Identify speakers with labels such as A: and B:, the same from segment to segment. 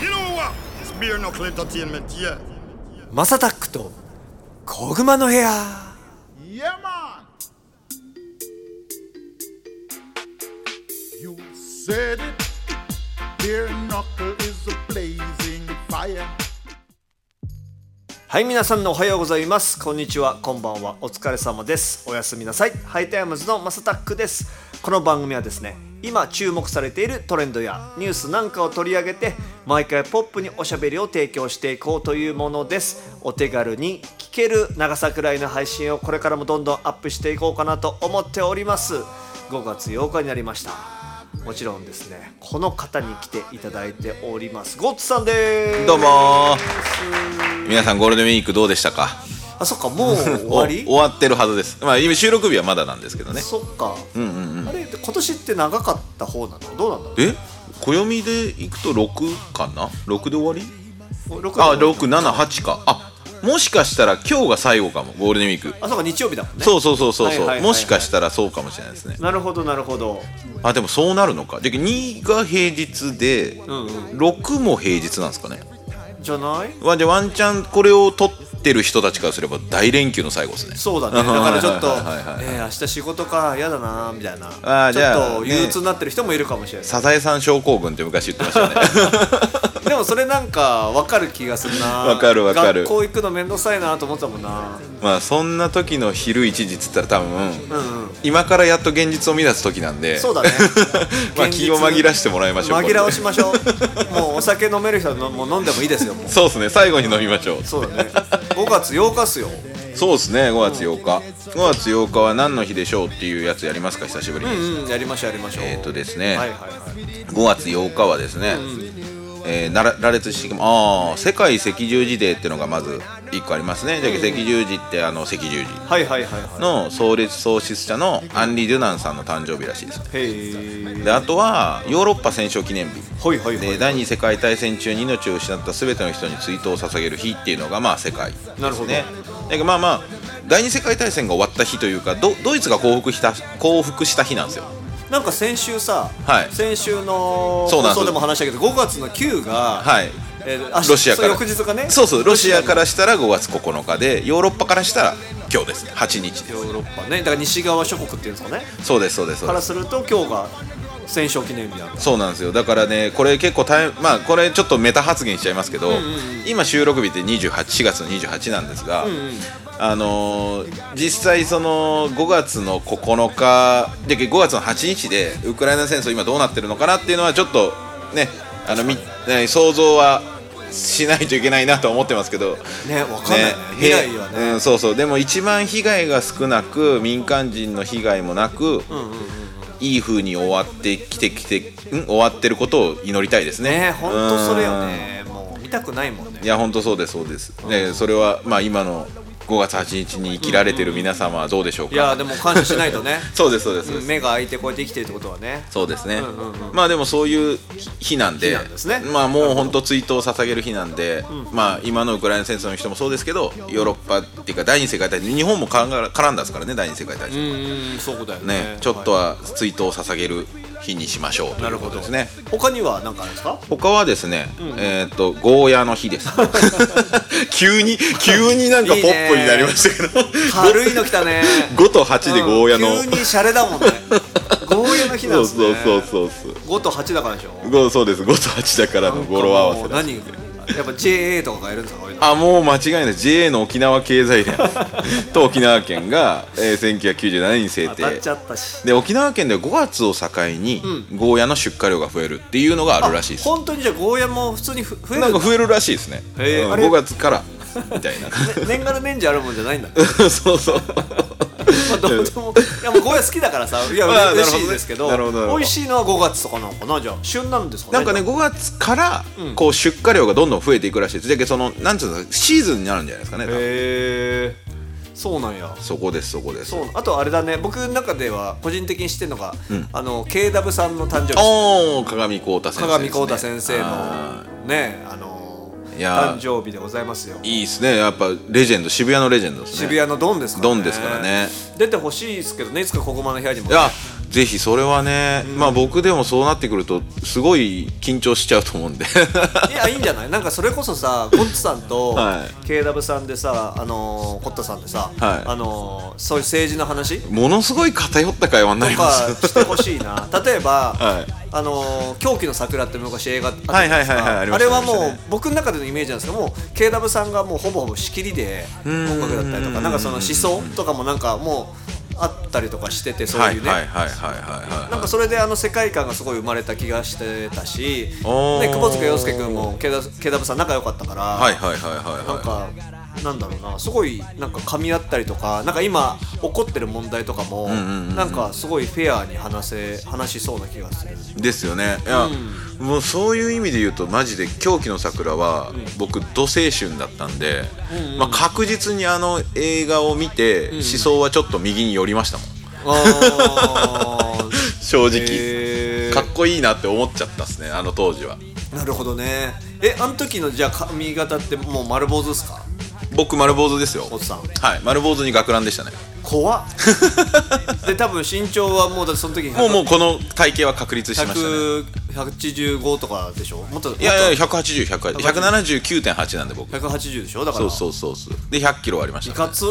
A: You know what? It's beer knuckle entertainment, yeah.
B: マサタックと小熊の部屋
A: Yeah, man. You said it. Beer knuckle is a blazing fire.
B: はい皆さんのおはようございますこんにちはこんばんはお疲れ様ですおやすみなさいハイタイムズのマサタックですこの番組はですね今注目されているトレンドやニュースなんかを取り上げて毎回ポップにおしゃべりを提供していこうというものですお手軽に聞ける長さくらいの配信をこれからもどんどんアップしていこうかなと思っております5月8日になりましたもちろんですねこの方に来ていただいておりますゴッツさんです
C: どうもー皆さんゴールデンウィークどうでしたか
B: あそっかもう終
C: お
B: わり
C: 終わってるはずですまあ今収録日はまだなんですけどね
B: そっか、あれ今年って長かった方なのどうなんだろ
C: え暦でいくと6かな6で終わり
B: う6
C: あ678かあもしかしたら今日が最後かもゴールデンウィーク
B: あそうか日曜日だもんね
C: そうそうそうそう
B: はい
C: そ
B: はいはいは
C: う
B: い
C: もしかしたらそうかもしれないですね
B: なるほどなるほど
C: あでもそうなるのかで2が平日で
B: んう
C: 6も平日なんですかね
B: じゃない
C: わじゃあワンチャンこれを撮ってる人たちからすれば大連休の最後ですね
B: そうだねだからちょっと
C: はいはいはいはい
B: えー明日仕事かやだなみたいな
C: あー
B: ち
C: じ
B: ょ
C: ゃあ
B: っと憂鬱になってる人もいるかもしれない、
C: サザエさん症候群って昔言ってましたよね
B: でもそれなんか分かる気がするな
C: わかるわかる
B: 学校行くの面倒くさいなと思ってたもんな
C: まあそんな時の昼1時っつったら多分、
B: うんうん
C: 今からやっと現実を見出す時なんで
B: そうだね
C: まあ
B: 現実
C: 気を紛らしてもらいましょう
B: 紛らわし
C: こ
B: ましょうもうお酒飲める人はのもう飲んでもいいですよもう
C: れでそうですね最後に飲みましょう
B: そうだね5月8日っすよ
C: そうですね5月8日5月8日は何の日でしょうっていうやつやりますか久しぶりに、
B: うんやりましょうやりましょう
C: えっ、とですね、
B: はいはいはい
C: 5月8日はですね、えーなら羅列してきああ世界赤十字デーっていうのがまず1個ありますねじゃあ赤十字ってあの赤十字
B: はいはいはいはい
C: の創立創始者のアンリ・デュナンさんの誕生日らしいです
B: へえ
C: であとはヨーロッパ戦勝記念日
B: はいはいはい
C: で第二次世界大戦中に命を失った全ての人に追悼を捧げる日っていうのがまあ世界ですね
B: なるほど
C: だけどまあまあ第二次世界大戦が終わった日というかドドイツが降伏した降伏した日なんですよ
B: なんか先週さ、
C: はい
B: 先週の
C: そ
B: 放
C: うなんです
B: 送でも話したけど5月の9が、
C: はい
B: えーあ
C: ロシアから
B: そう翌日がね
C: そうそうロシアからしたら5月9日でヨーロッパからしたら今日ですね8日で
B: ヨーロッパねだから西側諸国っていうんですかね
C: すそうですそうですそう
B: か
C: で
B: ら
C: す
B: すると今日が戦勝記念日なんだ
C: そうなんですよだからねこれ結構タイまあこれちょっとメタ発言しちゃいますけど、今収録日って28 4月の28なんですが、あのー実際その5月の9日で5月の8日でウクライナ戦争今どうなってるのかなっていうのはちょっとねあのみ、ね想像はしないといけないなと思ってますけど
B: ねわかんないね未来はね、
C: へうん、そうそうでも一番被害が少なく民間人の被害もなく、いい風に終わってきてきてん終わってることを祈りたいですね
B: ね本当それよねもう見たくないもんね
C: うんいや本当そうですそうです、ねそれはまあ今の5月8日に生きられてる皆様はどうでしょうか、
B: いやでも感謝しないとね
C: そうですそう ですそうです、
B: 目が開いてこうやって生きてるってことはね
C: そうですね、
B: んうん
C: まあでもそういう日なんで
B: 日なんですね
C: まあもう本当追悼を捧げる日なんで、まあ今のウクライナ戦争の人もそうですけどヨーロッパっていうか第二次世界大戦日本も絡んだ絡んだですからね第二次世界大
B: う
C: 戦、
B: ーんそうだよね
C: ねちょっと
B: は
C: は追悼を捧げる日にしましょう
B: い
C: と
B: ないる
C: う
B: ほ
C: こ
B: ど
C: とですね
B: 他には何かあるんですか
C: 他はですね、えっ、とゴーヤの 日です急に急になんかポップになりましたけど
B: 軽いの来た ね
C: 5と8でゴーヤの、
B: うん急にシャレだもんねゴーヤの日なん
C: そう
B: ですね
C: そうそうそうそう
B: 5と8だからでしょ
C: ごそうです5と8だからの語呂合わせ
B: も
C: だ
B: う何やっぱ JA とかがいるんですかこういうの
C: あもう間違いない JA の沖縄経済連 と沖縄県が、えー1997年に制
B: 当たっ
C: 定
B: ちゃったし
C: で沖縄県では5月を境に、ゴーヤの出荷量が増えるっていうのがあるらしいです
B: 本当にじゃあゴーヤも普通にふ増え
C: な
B: る
C: ん
B: の
C: か増えるらしいですね、
B: へー
C: うん
B: あれ
C: 5月からみたいな
B: ね年がら年中あるもんじゃないんだ
C: そうそう
B: まあどうで もいやもうゴーヤ好きだからさいや
C: まあ
B: 嬉しいですけど
C: なるほどなるほど
B: 美味しいのは5月とかなのかなじゃあ旬なんですかね
C: なんかね5月からこう出荷量がどんどん増えていくらしいですだけどそのなんつうのシーズンになるんじゃないですかね多分
B: へえそうなんや
C: そこですそこです
B: そうあとあれだね僕の中では個人的に知ってるのが、あの KW さんの誕生日
C: おお鏡光太先生です
B: 鏡
C: ね
B: 光太先生
C: あ
B: のねあの
C: いや
B: 誕生日でございますよ
C: ーいいですねやっぱレジェンド渋谷のレジェンドですね
B: 渋谷のドンですからね
C: ドンですからね
B: 出てほしいですけどねいつかここまの部屋にも
C: いやぜひそれはね、まあ僕でもそうなってくるとすごい緊張しちゃうと思うんで
B: いやいいんじゃないなんかそれこそさゴッツさんと
C: は
B: KW さんでさあのーコッタさんでさ、
C: はい
B: あのーそういう政治の話と
C: ものすごい偏った会話になりま
B: か
C: す
B: してほしい な例えば、
C: はい
B: あのー狂気の桜」って昔映画あったじゃないです
C: はいはいはい
B: か
C: はいあ
B: あ
C: りまし
B: れ
C: た
B: は
C: ありました
B: もう
C: ね
B: 僕の中でのイメージなんですけどもう KW さんがもうほぼほぼ仕切りで音楽だったりとかなんかその思想とかもなんかもうあったりとかしててそう
C: はい
B: いうね、
C: はいはいはいはいはい
B: なんかそれであの世界観がすごい生まれた気がしてたし、ね、
C: おー
B: 久保塚洋介君も KW さん仲良かったから、
C: はいはいはい
B: なん
C: は
B: か、なんだろうな、すごいなんか噛み合ったりとか、なんか今、起こってる問題とかも、なんかすごいフェアに話せ話しそうな気がする。
C: いですよねいや、もうそういう意味で言うとマジで「狂気の桜は」僕土青春だったんで、まあ、確実にあの映画を見て思想はちょっと右に寄りましたもん
B: あ ー
C: 正直、
B: へ
C: かっこいいなって思っちゃったっすねあの当時は
B: ーなるほどね。え、あの時のじゃあ髪型ってもう丸坊主ですか
C: 僕丸坊主ですよ
B: おっさん。
C: はい丸坊主に学ランでしたね
B: 怖っ。で、多分身長はもうだってその時
C: もうもうこの体型は確立しましたね
B: 100 185とかでしょもっと
C: いやいや180179.8なんで僕
B: 180でしょだか
C: そ
B: ら
C: うそうそうそうで1 0 0キロありまし
B: い
C: た
B: かつ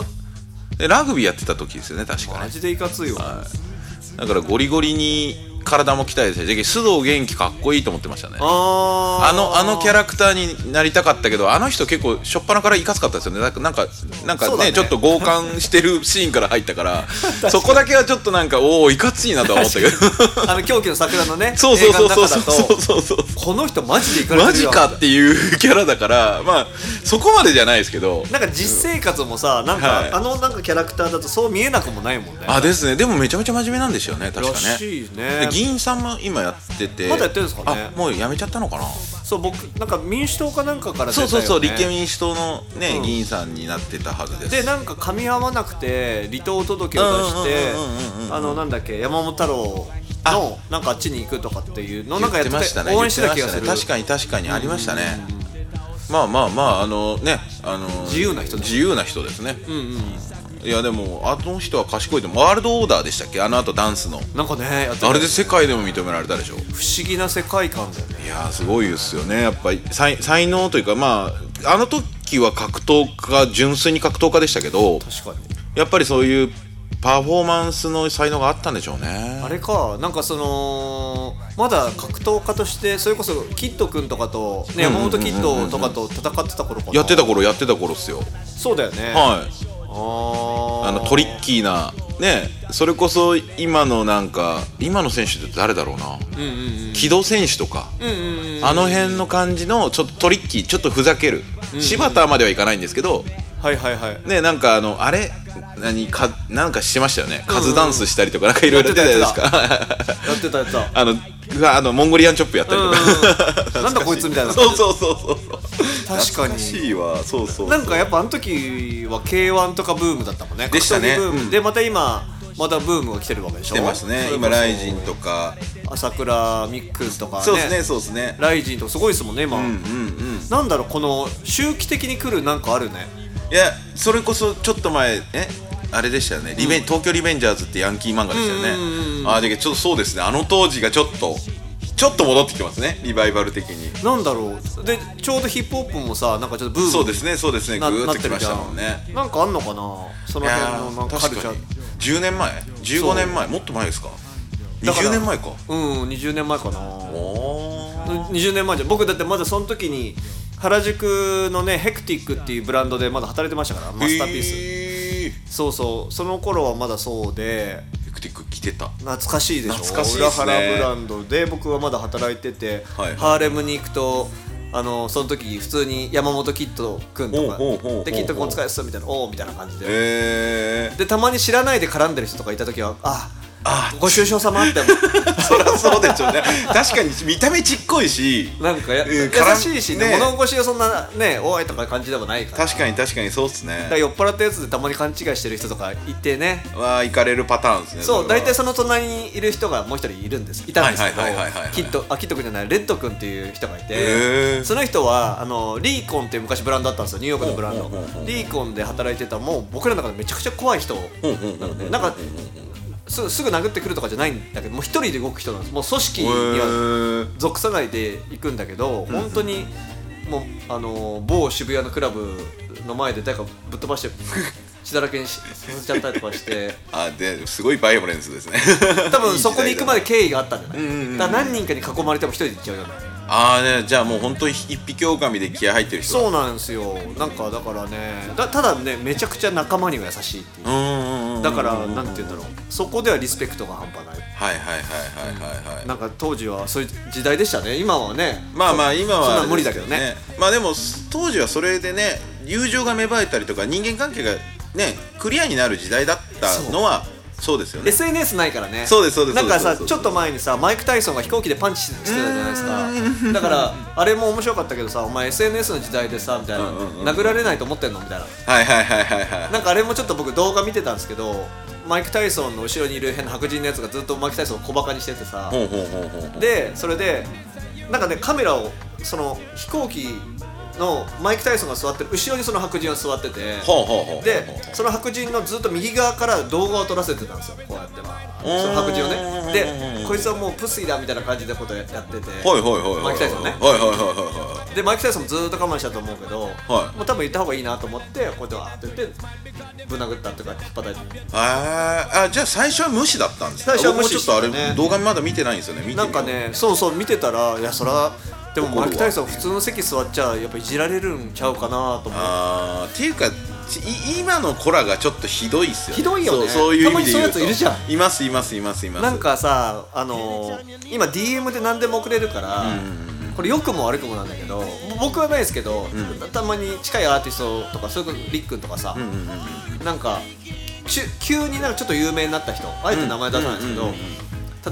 C: でラグビーやってた時ですよね確か
B: マ
C: ね
B: ジでいかついわ、
C: だからゴリゴリに体も鍛えててで須藤元気かっこいいと思ってましたね
B: あー
C: あのあのキャラクターになりたかったけどあの人結構初っ端からいかつかったですよねなんかなんかなんか
B: そうだ
C: ね
B: ね
C: ちょっと強姦してるシーンから入ったから そこだけはちょっとなんかおおいかついなとは思ったけど
B: あの狂気の桜のね
C: そうそうそうそう
B: 映画の中
C: そう
B: だ
C: そうそう
B: とこの人マジでいかれて
C: マ
B: る
C: ジ
B: よ
C: かっていうキャラだからまあそこまでじゃないですけど
B: なんか実生活もさなんか、
C: はい
B: あのなんかキャラクターだとそう見えなくもないもんね
C: あですねでもめちゃめちゃ真面目なんですよね確からね
B: しい
C: で
B: ね
C: 議員さんも今やってて
B: まだやってるんですかね
C: あもうやめちゃったのかな
B: そう僕なんか民主党かなんかから出た
C: そ
B: よ、
C: う
B: ね、
C: そうそう、立憲民主党のね、
B: うん
C: 議員さんになってたはずです
B: でなんか噛み合わなくて離党届を出して
C: うんうんうんうんうんうん
B: あのなんだっけ山本太郎のなんかあっちに行くとかっていうのをなんか
C: 言
B: や
C: っ
B: ってて
C: ました
B: て
C: ね
B: 応援してた気がす
C: 言
B: る
C: ってましたね確かに確かにありましたねまあまあまああのねあの
B: 自由な人です
C: 自由な人ですねいやでもあの人は賢いでもワールドオーダーでしたっけあのあとダンスの
B: なんかねやってた
C: あれで世界でも認められたでしょ
B: 不思議な世界観だよね
C: いやーすごいですよねやっぱり才才能というかまああの時は格闘家純粋に格闘家でしたけど
B: 確かに
C: やっぱりそういうパフォーマンスの才能があったんでしょうね
B: あれか、なんかそのまだ格闘家としてそれこそキッド君とかと、ね、山本キッドとかと戦ってた頃かな
C: やってた頃やってた頃っすよ
B: そうだよね、
C: はい
B: あ
C: あのトリッキーなねそれこそ今のなんか今の選手って誰だろうな、木戸選手とか、あの辺の感じのちょっとトリッキーちょっとふざける、柴田まではいかないんですけど
B: はいはいはい
C: ねなんかあのあれ何かなんかしてましたよねカズダンスしたりとかなんかいろいろやってたじゃないですか
B: やってたやってた
C: あのうわあのモンゴリアンチョップやったりとか、
B: うんなんだこいつみたいな
C: そうそうそうそうそう
B: 確か
C: 懐
B: に
C: しいわそうそう
B: なんかやっぱあの時は k 1とかブームだったもんね
C: でしたね
B: 格闘技ブーム
C: うん
B: でまた今またブームが来てるわけでしょ
C: してますね今ライジンとか
B: 朝倉ミックスとかね
C: そうですねそうですね
B: ライジンとかすごいですもんね今、
C: うんうんうん
B: なんだろうこの周期的に来るなんかあるね
C: いやそれこそちょっと前えあれでしたよねリベン、東京リベンジャーズってヤンキー漫画でしたよね、ああだけどちょっとそうですねあの当時がちょっとちょっと戻ってきてますねリバイバル的に
B: なんだろうでちょうどヒップホップもさなんかちょっとブーム
C: そうですねそうですねぐ
B: な
C: ー
B: なっ
C: っと
B: て
C: き
B: る
C: ま
B: じ
C: し
B: ゃ
C: た
B: ん
C: もんね
B: なんかあんのかなそ
C: い
B: の
C: や
B: 辺のなん
C: ー
B: かカル
C: 確
B: チ
C: か
B: ャ
C: に
B: ー
C: 10年前15年前もっと前ですか
B: だから
C: 20年前か
B: うん20年前かな
C: おー
B: 20年前じゃん僕だってまだその時に原宿のねヘクティックっていうブランドでまだ働いてましたからマスターピース、
C: へー
B: そうそうその頃はまだそうで
C: テクテク着てた
B: 懐かしいでしょ
C: 懐かしいっすね
B: 裏原ブランドで僕はまだ働いてて、
C: はいはい
B: ハーレムに行くとあのその時普通に山本キッド君とか
C: おうおうおうおう
B: でキッド君お疲れっすみたいなおおみたいな感じで、
C: え
B: でたまに知らないで絡んでる人とかいた時はあ
C: あ
B: ご愁傷様って思 う
C: ー、そりゃそうでしょうね確かに見た目ちっこいし
B: なんかや、
C: うん
B: 優
C: 絡ん
B: しいし、
C: ね
B: ね、物腰をそんなねおいとか感じでもないから
C: 確かに確かにそうっすね
B: だから酔っ払ったやつでたまに勘違いしてる人とかいてね
C: は行かれるパターンですね
B: そう大体そ
C: の
B: の隣にいる人がもう一人いるんですいたんですけど
C: はいはいはいはいはい
B: キッドあキッド君じゃないレッド君っていう人がい
C: へー
B: てその人はあのリーコンっていう昔ブランドあったんですよニューヨークのブラン
C: ほうほうほうほ
B: ド
C: う
B: リーコンで働いてたもう僕らの中でめちゃくちゃ怖い人
C: うんうんうんうん
B: なんかすすぐ殴ってくるとかじゃないんだけどもう一人で動く人なんですもう組織
C: へ
B: には
C: ー
B: 属さないで行くんだけど本当にもうあのー某渋谷のクラブの前で誰かぶっ飛ばして血だらけにしさせちゃったりとかして
C: あですごいバイオレンスですね
B: 多分そこに行くまで
C: いい時代だな
B: 経緯があったんじゃない
C: うんうんうん
B: だから何人かに囲まれても一人で行っちゃうような
C: ああねじゃあもう本当に一匹狼で気合入ってる人
B: そうなんですよなんかだからねだただねめちゃくちゃ仲間には優しいっていう
C: うんうんうんうん
B: だからなんて言うんだろうそこではリスペクトが半端ない
C: はいはいはいはいはいはい
B: なんか当時はそういう時代でしたね今はね
C: まあまあ
B: そ
C: 今
B: そん
C: は
B: な無理だけどね
C: まあでも当時はそれでね友情が芽生えたりとか人間関係がねクリアになる時代だったのはそうですよね
B: SNS ないからね
C: そうですそうです
B: なんか
C: そう
B: さ
C: ですそうです
B: ちょっと前にさマイク・タイソンが飛行機でパンチしてたじゃないですかだからあれも面白かったけどさお前 SNS の時代でさみたいな、
C: うんうんうん
B: 殴られないと思ってんのみたいな
C: はいはいはいはいはい
B: なんかあれもちょっと僕動画見てたんですけどマイク・タイソンの後ろにいる変な白人のやつがずっとマイク・タイソンを小バカにしててさ
C: ほうほうほうほうほう
B: でそれでなんかねカメラをその飛行機のマイク・タイソンが座ってる後ろにその白人は座ってて
C: ほうほうほうほう
B: でその白人のずっと右側から動画を撮らせてたんですよこうやってまあ
C: ーん
B: その白人をねでこいつはもうプスイだみたいな感じでことややってて
C: ほいほいほいほい
B: マイクタイソンね
C: はいはいはいはいはい
B: でマイク・タイソンもずーっと我慢したと思うけど、
C: はい
B: もう多分行った方がいいなと思ってこうやってわーって言ってぶん殴ったとか引っ叩いて
C: あーあじゃあ最初は無視だったんです
B: 最
C: ね
B: 初は無視で
C: 僕も
B: し
C: ちょ
B: た
C: っ
B: ね
C: とあれ動画まだ見てないんですよね見てみよ
B: な
C: うん
B: かねそうそう見てたらいやそらでも
C: 怒るわ
B: マイク・タイソン普通の席座っちゃやっぱいじられるんちゃうかなと思って。
C: あーっていうかちい今の子らがちょっとひどいっすよね
B: ひどいよね
C: そうそういう意味で言うと
B: たまにそういうやついるじゃ
C: んいますいますいますいます
B: なんかさあのー今 DM で何でも送れるから、これ良くも悪くもなんだけどぼ僕はないですけど、たたまに近いアーティストとかそれこそりっくんとかさ、
C: うんうんうん
B: なんかちゅ急になんかちょっと有名になった人あえて名前出さないですけど、
C: うんうん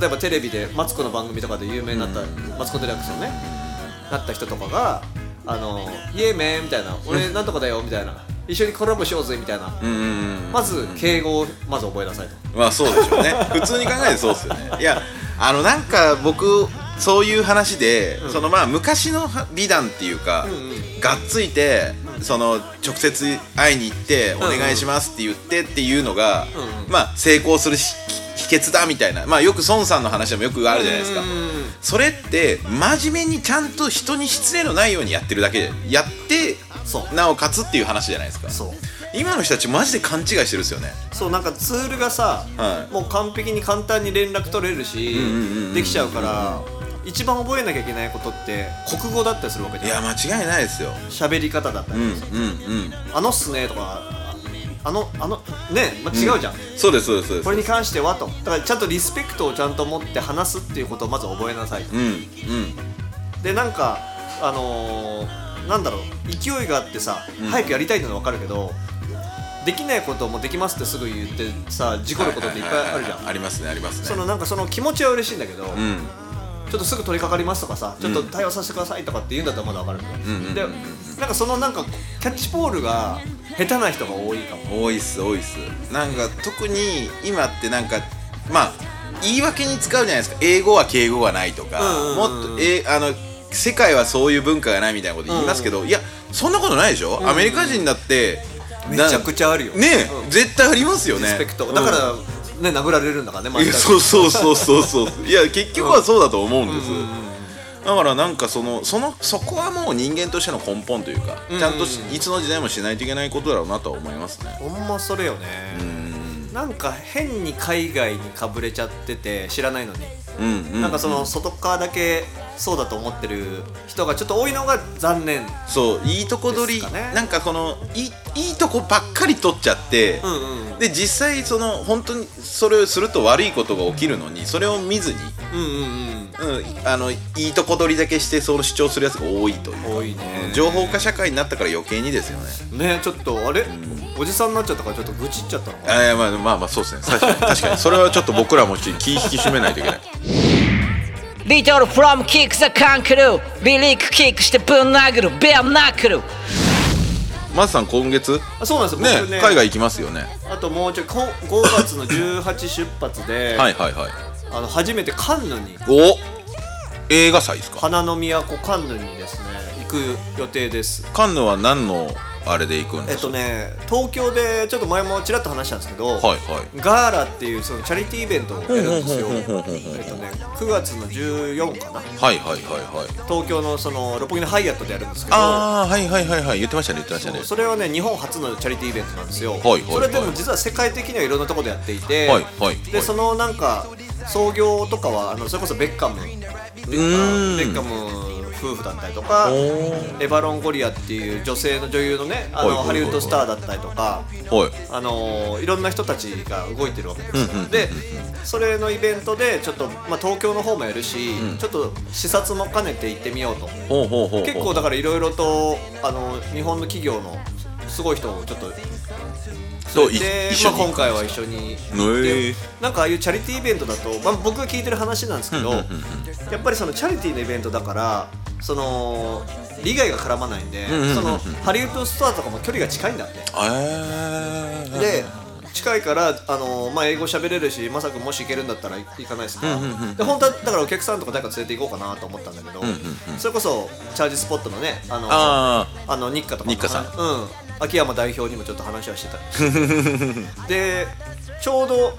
B: 例えばテレビでマツコの番組とかで有名になった、マツコ・デラックスのねなった人とかが「あのーイエーメン」みたいな「俺なんとかだよ」みたいな「一緒にコラボしようぜ」みたいな、
C: うんうんうん
B: まず敬語をまず覚えなさいと。
C: まあそうでし ょうね普通に考えてそうっすよねいやあのなんか僕そういう話で、
B: ん
C: そのまあ昔の美談っていうか、
B: うんうん
C: がっついて、その直接会いに行って「お
B: んうん
C: 願いします」って言ってっていうのが、
B: うんうん
C: まあ成功するし秘訣だみたいなまあよく孫さんの話でもよくあるじゃないですか、
B: うん
C: それって真面目にちゃんと人に失礼のないようにやってるだけやって
B: そう
C: なおかつっていう話じゃないですか
B: そう
C: 今の人たちマジで勘違いしてるんですよね
B: そうなんかツールがさ、
C: はい
B: もう完璧に簡単に連絡取れるし、
C: んうんうんうん
B: できちゃうから、一番覚えなきゃいけないことって国語だったりするわけ
C: い
B: じゃ
C: や
B: ん
C: 間違いないですよ
B: 喋り方だった
C: う
B: り、
C: んうんうん
B: あのっすねとかあのあのね、まあ、違うじゃん、
C: そうですそうですそうで
B: こ
C: す
B: れに関してはとだからちゃんとリスペクトをちゃんと持って話すっていうことをまず覚えなさい
C: うんうん
B: でなんかあのーなんだろう勢いがあってさ、
C: うん
B: 早くやりたいのは分かるけどできないこともできますってすぐ言ってさ事故ることっていっぱいあるじゃん
C: ははははありますねありますね
B: そのなんかその気持ちは嬉しいんだけど、
C: う
B: ちょ
C: ん
B: っとすぐ取り掛かりますとかさ、ちょっと対応させてくださいとかって言うんだったらまだわかるけど、
C: んうんうん
B: でなんかそのなんかキャッチボールが下手な人が多いかも
C: 多いっす多いっすなんか特に今ってなんかまあ言い訳に使うじゃないですか英語は敬語がないとか、
B: うんうんうん
C: もっとえあの世界はそういう文化がないみたいなこと言いますけど、いやそんなことないでしょ、アメリカ人だって
B: めちゃくちゃあるよ
C: なねえ、
B: うん
C: 絶対ありますよね
B: リスペクトだから、ね殴られるんだからね
C: うんい
B: 毎
C: や
B: 回
C: そうそうそうそうそういや結局はそうだと思うんです、だからなんかそのそのそこはもう人間としての根本というか、ちゃんとしいつの時代もしないといけないことだろうなとは思いますね
B: ほんまそれよね、なんか変に海外にかぶれちゃってて知らないのに、
C: うんうん
B: なんかその外側だけそうだと思ってる人がちょっと多いのが残念
C: そういいとこ取り、
B: ですかね
C: なんかこのいいいいとこばっかり取っちゃって、
B: うんうん
C: で実際その本当にそれをすると悪いことが起きるのにそれを見ずに、
B: うんうん
C: うん、あのいいとこ取りだけしてその主張するやつが多いという
B: うん多いね
C: 情報化社会になったから余計にですよね
B: ねちょっとあれ、おじさんになっちゃったからちょっと愚痴っちゃったのかな
C: あいやまあまあまあそうですね確かに確かにそれはちょっと僕らもちょっと気引き締めないといけない
D: Little from kick the kangaroo ビリックキックしてぶん殴るベアナックル
C: マスさん今月
B: あそうなんですよ
C: ね
B: 僕ね
C: 海外行きますよね
B: あともうちょいこ5月の18出発で、
C: はいはいはい
B: あの初めてカンヌに
C: お映画祭ですか
B: 花の都カンヌにですね行く予定です
C: カンヌは何のあれで行くん
B: え
C: で
B: っ
C: す
B: と
C: か、
B: ね東京でちょっと前もちらっと話したんですけど、
C: はいはい
B: ガーラっていうそのチャリティーイベントをやるんですよ
C: ほうほうほうほう
B: えっとね9月の14かな
C: はいはいはいはい
B: 東京のその六本木のハイアットでやるんですけど
C: ああはいはいはいはい言ってましたね言ってましたね
B: それはね日本初のチャリティーイベントなんですよ、
C: いはいはい
B: それでも実は世界的にはいろんなところでやっていて、
C: はいはいは
B: で
C: い
B: そのなんか創業とかはあのそれこそベッカムベッ
C: ーん
B: カム夫婦だったりとかエバロン・ゴリアっていう女性の女優のねあの、
C: はいはいはいはい
B: ハリウッドスターだったりとか
C: はい
B: あのーいろんな人たちが動いてるわけですよ、でそれのイベントでちょっと、まあ、東京の方もやるし、ちょっと視察も兼ねて行ってみようと
C: ほうほうほうほう
B: 結構だからいろいろとあの日本の企業のすごい人をちょっと
C: とい
B: で、
C: 一緒
B: まあ、
C: に
B: 今回は一緒に
C: へえ
B: でなんかああいうチャリティーイベントだと、まあ、僕が聞いてる話なんですけどやっぱりそのチャリティーのイベントだからその利害が絡まないんで、
C: んうんうんうん
B: そのハリウッドストアとかも距離が近いんだって。
C: えー
B: で近いから、あのまあ、英語喋れるしまさくんもし行けるんだったら行かないですか、で本当はだからお客さんとか誰か連れて行こうかなと思ったんだけど、それこそチャージスポットのねあの
C: あ
B: あの日課とか
C: 日課さん
B: うん、秋山代表にもちょっと話はしてた りでちょうど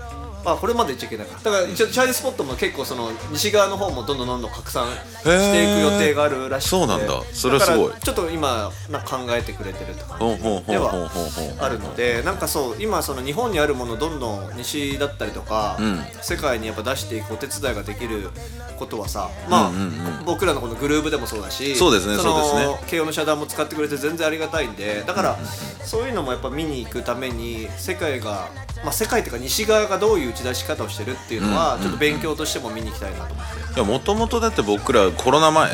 B: あこれまで言っちゃいけないかだから一応チャージスポットも結構その西側の方もどんどんどんどん拡散していく予定があるらしくて
C: へーそうなんだそれはすごい
B: だからちょっと今なんか考えてくれてるとか
C: ほうほうほう
B: で
C: ほう
B: は
C: ほうほう
B: あるのでなんかそう今その日本にあるものをどんどん西だったりとか、
C: ん
B: 世界にやっぱ出していくお手伝いができることはさまあ、僕らのこのグルーブでもそうだし
C: そうですね
B: の
C: そうですね
B: 慶応の遮断も使ってくれて全然ありがたいんでだから、そういうのもやっぱ見に行くために世界が、まあ、世界っていうか西側がどういう打ち出し方をしてるっていうのは、ちょっと勉強としても見に行きたいなと思って。
C: いやもともとだって僕らコロナ前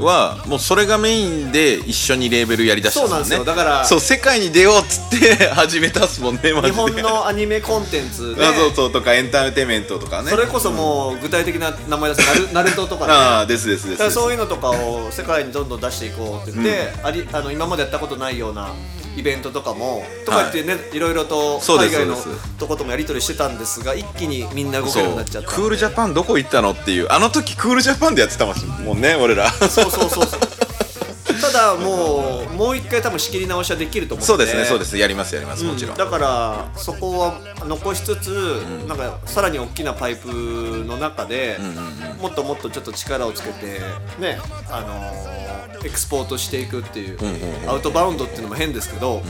C: はもうそれがメインで一緒にレーベルやりだしたもんね
B: そうなんですよだから
C: そう世界に出ようっつって 始めたっすもんねマジで
B: 日本のアニメコンテンツで
C: あそうそうとかエンターテインメントとかね
B: それこそもう具体的な名前出す ナルナルトとかね
C: ああですですで
B: だか
C: す
B: らそういうのとかを世界にどんどん出していこうって言って、ありあの今までやったことないようなイベントとかもとか言ってね、い、ろいろと
C: そうで
B: 海
C: す
B: 外の
C: そうです
B: とこともやり取りしてたんですが一気にみんな動け
C: そ
B: るように
C: う
B: なっちゃった
C: クールジャパンどこ行ったのっていうあの時クールジャパンでやってたもんね俺ら
B: そうそうそうそうただもうもう一回多分仕切り直しはできると思って
C: そうですねそうですやりますやります
B: うん
C: もちろん、
B: だからそこは残しつつ、なんかさらに大きなパイプの中で、もっともっとちょっと力をつけてねあのーエクスポートしていくっていう,、アウトバウンドっていうのも変ですけど、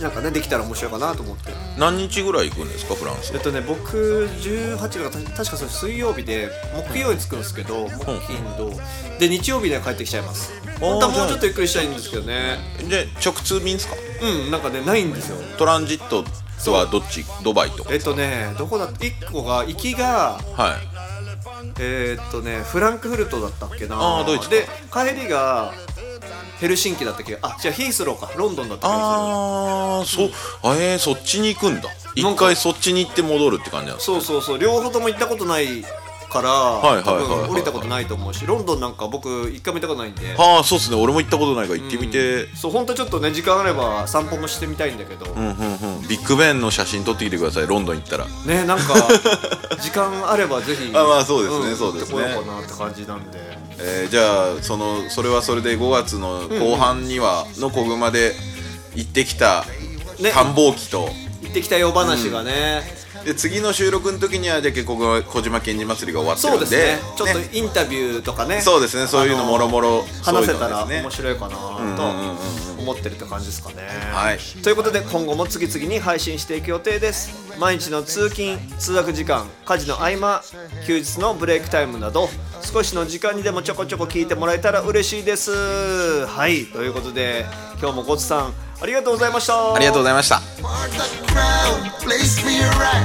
B: なんかねできたら面白いかなと思って
C: 何日ぐらい行くんですかフランス
B: えっとね僕18が確かそれ水曜日で木曜に着くんですけど木金土で日曜日には帰ってきちゃいます本当はもうちょっとゆっくりしたいんですけどね
C: で直通便ですか
B: うんなんかねないんですよ
C: トランジットとはどっちドバイとか
B: えっとねどこだって1個が行きが
C: はい
B: えーっとねフランクフルトだったっけな
C: あードイツか
B: で帰りがヘルシンキだったっけあ違うヒースローかロンドンだったっけ
C: ああそうあえー、そっちに行くんだ
B: なん
C: 一
B: か
C: 回そっちに行って戻るって感じなんです
B: そう
C: か
B: そうそう両方とも行ったことないから、
C: いはいはいは
B: 多
C: い
B: 分降りたことないと思うしロンドンなんか僕一回も行ったことないんで
C: ああそうっすね俺も行ったことないから行ってみて、
B: そう本当ちょっとね時間あれば散歩もしてみたいんだけど、
C: うんうんうん、ビッグベンの写真撮ってきてくださいロンドン行ったら
B: ねなんか時間あればぜひ
C: あまあそうですねそうですね
B: 行ってこようかなって感じなんで
C: えーじゃあそのそれはそれで5月の後半にはの小熊で行ってきた
B: ね
C: 繁忙期と、
B: 行ってきたよ話がね、
C: で次の収録の時にはじゃあ結構小島県人祭りが終わって
B: そ
C: る
B: うんで
C: で
B: ね
C: す
B: ちょっ
C: ね
B: とインタビューとかね
C: そうですねそういうのもろもろ
B: 話せたら
C: そうい
B: 面
C: うのですね
B: 白いかなと思ってるって感じですかね。
C: はい
B: ということで今後も次々に配信していく予定です毎日の通勤通学時間家事の合間休日のブレイクタイムなど少しの時間にでもちょこちょこ聞いてもらえたら嬉しいです。はいということで今日もごつさんありがとうございました。
C: ありがとうございました
A: For the crowd, place me right.